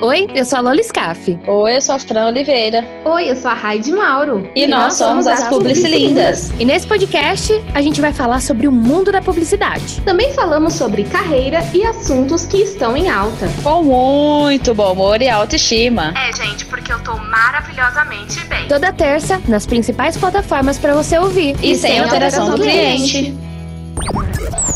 Oi, eu sou a Lola Scaff. Oi, eu sou a Fran Oliveira. Oi, eu sou a Raide Mauro. E, e nós, nós, somos, somos as Publicilindas. E nesse podcast a gente vai falar sobre o mundo da publicidade. Também falamos sobre carreira e assuntos que estão em alta. Com muito bom humor e autoestima. É, gente, porque eu tô maravilhosamente bem. Toda terça, nas principais plataformas para você ouvir. E, e sem, sem alteração, alteração do cliente. cliente.